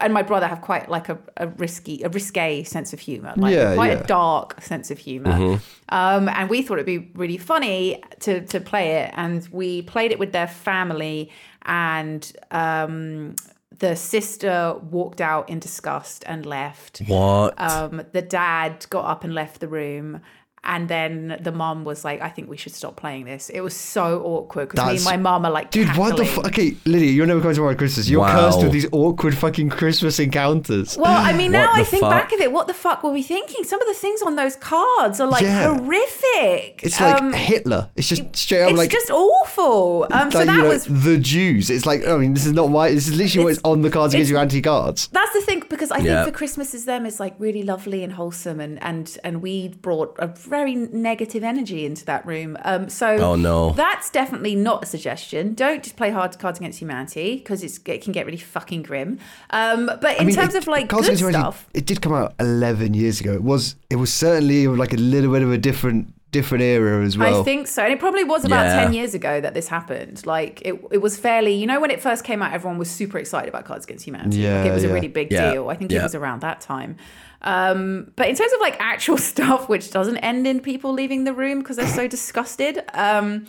and my brother have quite like a, a risky, a risque sense of humor, like
Yeah,
quite
yeah.
a dark sense of humor. Um, and we thought it'd be really funny to to play it, and we played it with their family, and um, the sister walked out in disgust and left.
what?
Um, the dad got up and left the room. And then the mum was like, "I think we should stop playing this." It was so awkward because me and
That's-
my mum are like,
Dude, what the
cackling.
fuck? Okay, Lydia, you're never coming to my Christmas. You're
Wow.
cursed with these awkward fucking Christmas encounters.
Well, I mean,
What
now
the
I think
fuck?
back of it, what the fuck were we thinking? Some of the things on those cards are like
Yeah.
horrific.
It's like
Um,
Hitler. It's just straight up
it's
like,
just awful. Um, so
like,
that
you know,
was
the Jews. It's like, I mean, this is not why. This is literally what
It's-
is on the cards against
it's-
your anti cards.
that's the thing because I think
Yeah.
for Christmas is them is like really lovely and wholesome and and and we brought a very negative energy into that room. Um, so
Oh, no.
that's definitely not a suggestion. Don't just play hard cards against humanity because it's it can get really fucking grim. Um, but in terms of like good stuff,
it did come out 11 years ago. It was, it was certainly like a little bit of a different, different era as well.
I think so. And it probably was about
Yeah.
10 years ago that this happened. Like, it, it was fairly, you know, when it first came out, everyone was super excited about Cards Against Humanity. like,
Yeah,
it was
yeah.
a really big
Yeah,
deal. I think
yeah.
it was around that time. Um, but in terms of like actual stuff, which doesn't end in people leaving the room because they're so disgusted, um,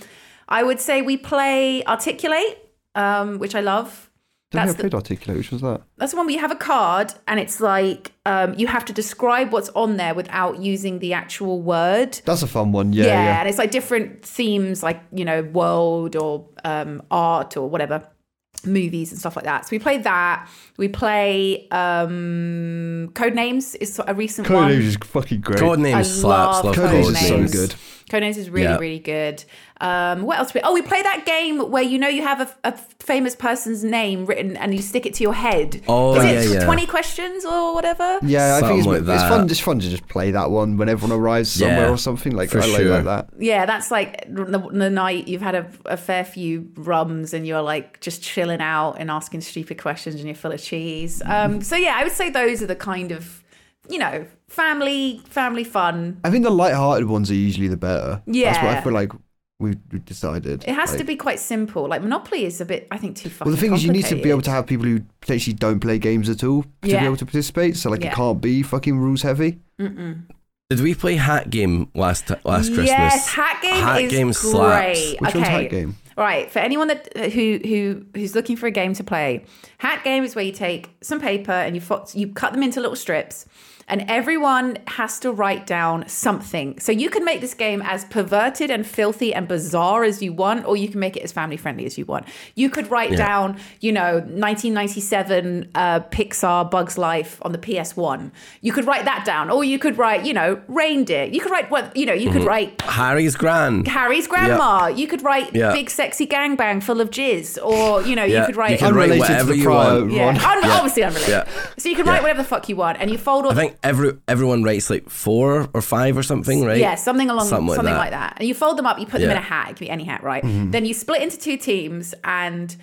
I would say we play Articulate, um, which I love.
Don't
That's
think I
the-
played Articulate. Which was that?
that's the one where you have a card and it's like um, you have to describe what's on there without using the actual word
That's a fun one. Yeah,
yeah,
yeah.
and it's like different themes like you know world or um, art or whatever movies and stuff like that so we play that we play um code names is a recent
Code
one
Names is fucking great.
Codename
I
slaps. Love
love
Codenames
Codename.
is so
Codenames.
good.
Codenames is really,
Yeah.
really good. Um, what else? We, oh, we play that game where you know you have a, a famous person's name written and you stick it to your head.
Oh,
is
yeah,
it
yeah.
20 questions or whatever?
Yeah, I
Something
think it's,
like
it's
that.
fun. It's fun to just play that one when everyone arrives somewhere
Yeah,
or something. Like
for
I like
sure.
like that.
Yeah, that's like the, the night you've had a, a fair few rums and you're like just chilling out and asking stupid questions and you're full of cheese. Um, so yeah, I would say those are the kind of, you know, family family fun.
I think the light-hearted ones are usually the better. that's what I
Yeah.
feel like we've we've decided.
It has
Like-
to be quite simple. Like Monopoly is a bit, I think, too fucking.
Well, the thing is, you need to be able
complicated.
to have people who potentially don't play games at all to
Yeah.
be able to participate. So like, it
Yeah.
can't be fucking rules heavy.
Did we play Hat Game last last Christmas?
Yes, Hat Game
Hat
is
Game
great.
slaps.
Which
okay.
one's Hat Game?
All Right, for anyone that who who who's looking for a game to play, hat game is where you take some paper and you fo- you cut them into little strips, and everyone has to write down something. So you can make this game as perverted and filthy and bizarre as you want, or you can make it as family friendly as you want. You could write down, you know, 1997 uh, Pixar Bugs Life on the PS1. You could write that down, or you could write, you know, reindeer. You could write what you know. You
Mm-hmm.
could write
Harry's grand.
Harry's grandma. You could write
Yeah.
big sexy gangbang full of jizz, or you know,
Yeah,
you could write.
you can write
Unrelated to
whatever
the
you
prior
want.
yeah,
one.
Un- obviously unrelated.
Yeah.
So you can write
Yeah.
whatever the fuck you want, and you fold all.
I think every everyone writes like four or five or something, right?
Yeah, something along something like, that. And you fold them up, you put them in
Yeah. Mm-hmm.
a hat, it can be any hat, right? Then you split into two teams and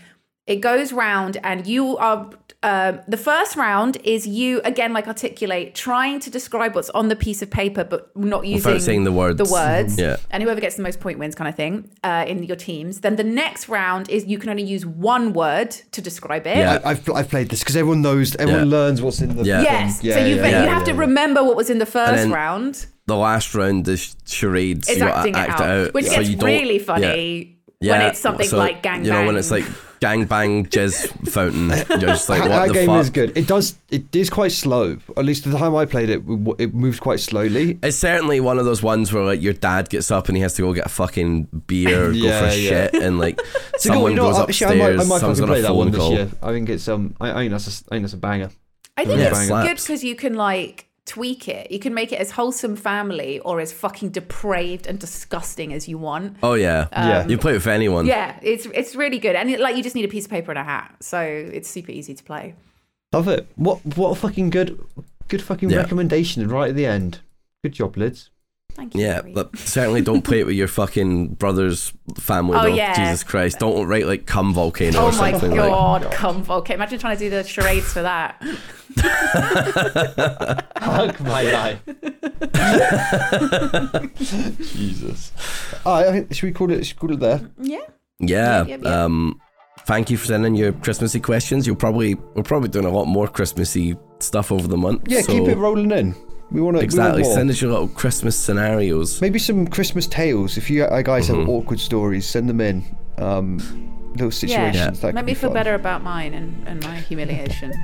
it goes round and you are um, the first round is you again like articulate trying to describe what's on the piece of paper but not using
saying the words.
the words
Yeah.
and whoever gets the most point wins kind of thing uh, in your teams then the next round is you can only use one word to describe it
Yeah.
I've, pl- I've played this because everyone knows, everyone
Yeah.
learns what's in the.
Yeah.
thing.
yes
Yeah,
so you've,
yeah,
you
yeah,
have to remember what was in the first
then-
round
The last round is charades.
it's
you
acting it
act
out, which
so
gets
you don't-
really
yeah.
funny
Yeah,
when it's something
so,
like gangbang.
You know, when it's like gangbang jizz fountain. You're just like,
Ha-
what
that
the
game
fuck?
is good. It does. It is quite slow. At least the time I played it, w- it moved quite slowly.
It's certainly one of those ones where like your dad gets up and he has to go get a fucking beer,
Yeah,
go for a
yeah.
shit, and like
So,
someone
you know,
goes
actually, I
upstairs,
might, I might
someone's got
fucking play
a
that
phone
one this
call.
year. I think it's um. I, I think that's a, I think that's a banger.
I think
Yeah,
it's
slaps.
good because you can like tweak it. You can make it as wholesome family or as fucking depraved and disgusting as you want.
Oh yeah,
Yeah.
You play it with anyone.
Uh, Yeah, it's it's really good, and it, like you just need a piece of paper and a hat, so it's super easy to play.
Love it. What what a fucking good, good fucking
Yeah.
recommendation right at the end. Good job, Lids.
Thank you.
Yeah,
Harry.
but certainly don't play it with your fucking brother's family.
Oh,
though.
yeah.
Jesus Christ! Don't write like cum volcano
oh
or
my
something like.
god, come okay. Imagine trying to do the charades for that.
Fuck my life. Jesus. I think, should we call it? Should we call it there?
Yeah,
Yeah.
Yep, yep, yep.
Um, thank you for sending your Christmassy questions. You'll probably we're probably doing a lot more Christmassy stuff over the month.
Yeah,
so-
keep it rolling in. We want to
Exactly.
We want more.
Send us your little Christmas scenarios.
Maybe some Christmas tales. If you uh, guys
Mm-hmm.
have awkward stories, send them in. Um, little
yeah.
situations. That could
Make me
be
feel
fun.
better about mine and, and my humiliation.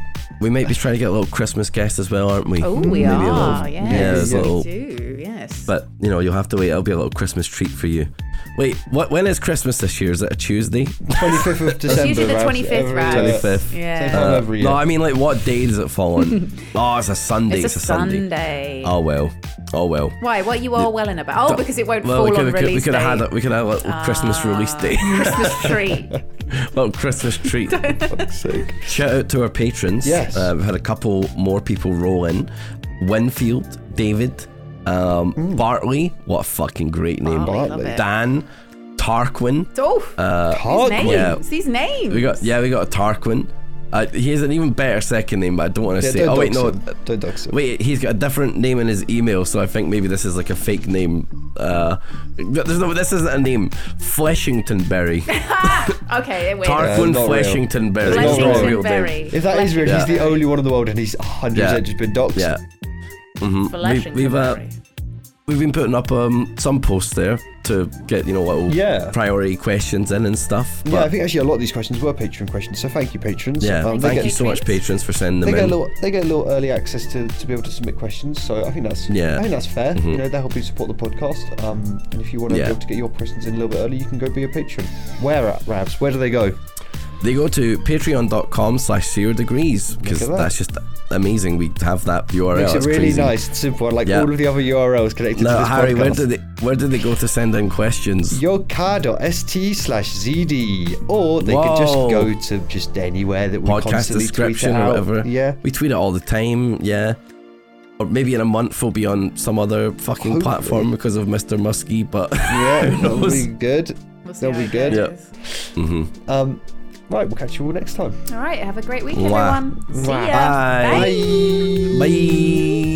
We might be trying to get a little Christmas guest as well, aren't we?
Oh,
Maybe
we
a
are.
little-
yes,
yeah, there's a
we
little-
do. Yes.
But you know, you'll have to wait. It'll be a little Christmas treat for you. Wait, what? When is Christmas this year? Is it a Tuesday?
25th of December.
usually the
Ralph,
25th,
every,
Ralph.
uh,
25th.
Yeah.
Same time every year.
No, I mean like what day does it fall on? oh, it's a Sunday. It's,
it's a Sunday.
Oh well. Oh well.
Why? What you all welling about? Oh, because it won't
Well, we
fall
could,
on
we could, we
release
could
day. Ah.
have had a, we could have a little Christmas release day,
Christmas tree.
little Christmas treat.
Fuck's sake.
Shout out to our patrons.
Yes.
Uh, we've had a couple more people roll in. Winfield, David, um, Bartley. What a fucking great name.
Bartley,
Hmm. Bartley.
love it.
Dan, Tarquin.
Oh,
Tarquin.
these names.
Uh, Yeah.
These names.
We got yeah, we got a Tarquin. Uh, he has an even better second name, but I don't want to
Yeah,
say.
don't
oh wait,
dox
no.
him. Don't dox him.
Wait, he's got a different name in his email, so I think maybe this is like a fake name. Uh, there's no, this isn't a name. Fleshington Berry.
okay, it wins.
Tarquin
not real.
Fleshington Berry.
It's not
Not a
Lexington
real name.
Berry.
If that is real, he's the
Lexington
only one in the world, and he's 100%
Yeah.
just been doxed.
Yeah.
Berry.
We've- we've,
Lexington
uh,
Berry.
We've been putting up um, some posts there to get, you know, little
Yeah.
priority questions in and stuff.
Yeah, I think actually a lot of these questions were Patreon questions, so thank you, patrons.
yeah,
Um, they
thank
get,
you so much, patrons, for sending
They
them
get, a
in.
little, they get a little early access to, to be able to submit questions, so I think that's
Yeah. Mm-hmm.
I think that's fair. You know, they're helping support the podcast. Um, and if you want to
Yeah.
be able to get your questions in a little bit early, you can go be a patron. Where at Rabs? Where do they go?
They go to patreon.com slash zero degrees because
Look at that.
that's just amazing. We have that URL.
Makes
it's
it really
crazy.
nice, and simple, like
Yeah.
all of the other URLs connected to
Now,
this
Harry,
podcast.
where do they where do they go to send in questions?
yoka.st slash zd or they could just
Whoa.
go to just anywhere that we
Podcast
constantly
description
tweet it
or
out.
whatever.
yeah
we tweet it all the time. Yeah, or maybe in a month we'll be on some other fucking
Hopefully.
platform because of Mr. Muskie. But
yeah
who
that'll
knows?
Oh, be good
We'll see
that'll
how
be good.
it goes.
Mhm.
um right we'll catch you all next time
All right. Have a great week,
Mwah.
everyone. See ya.
Bye. Bye.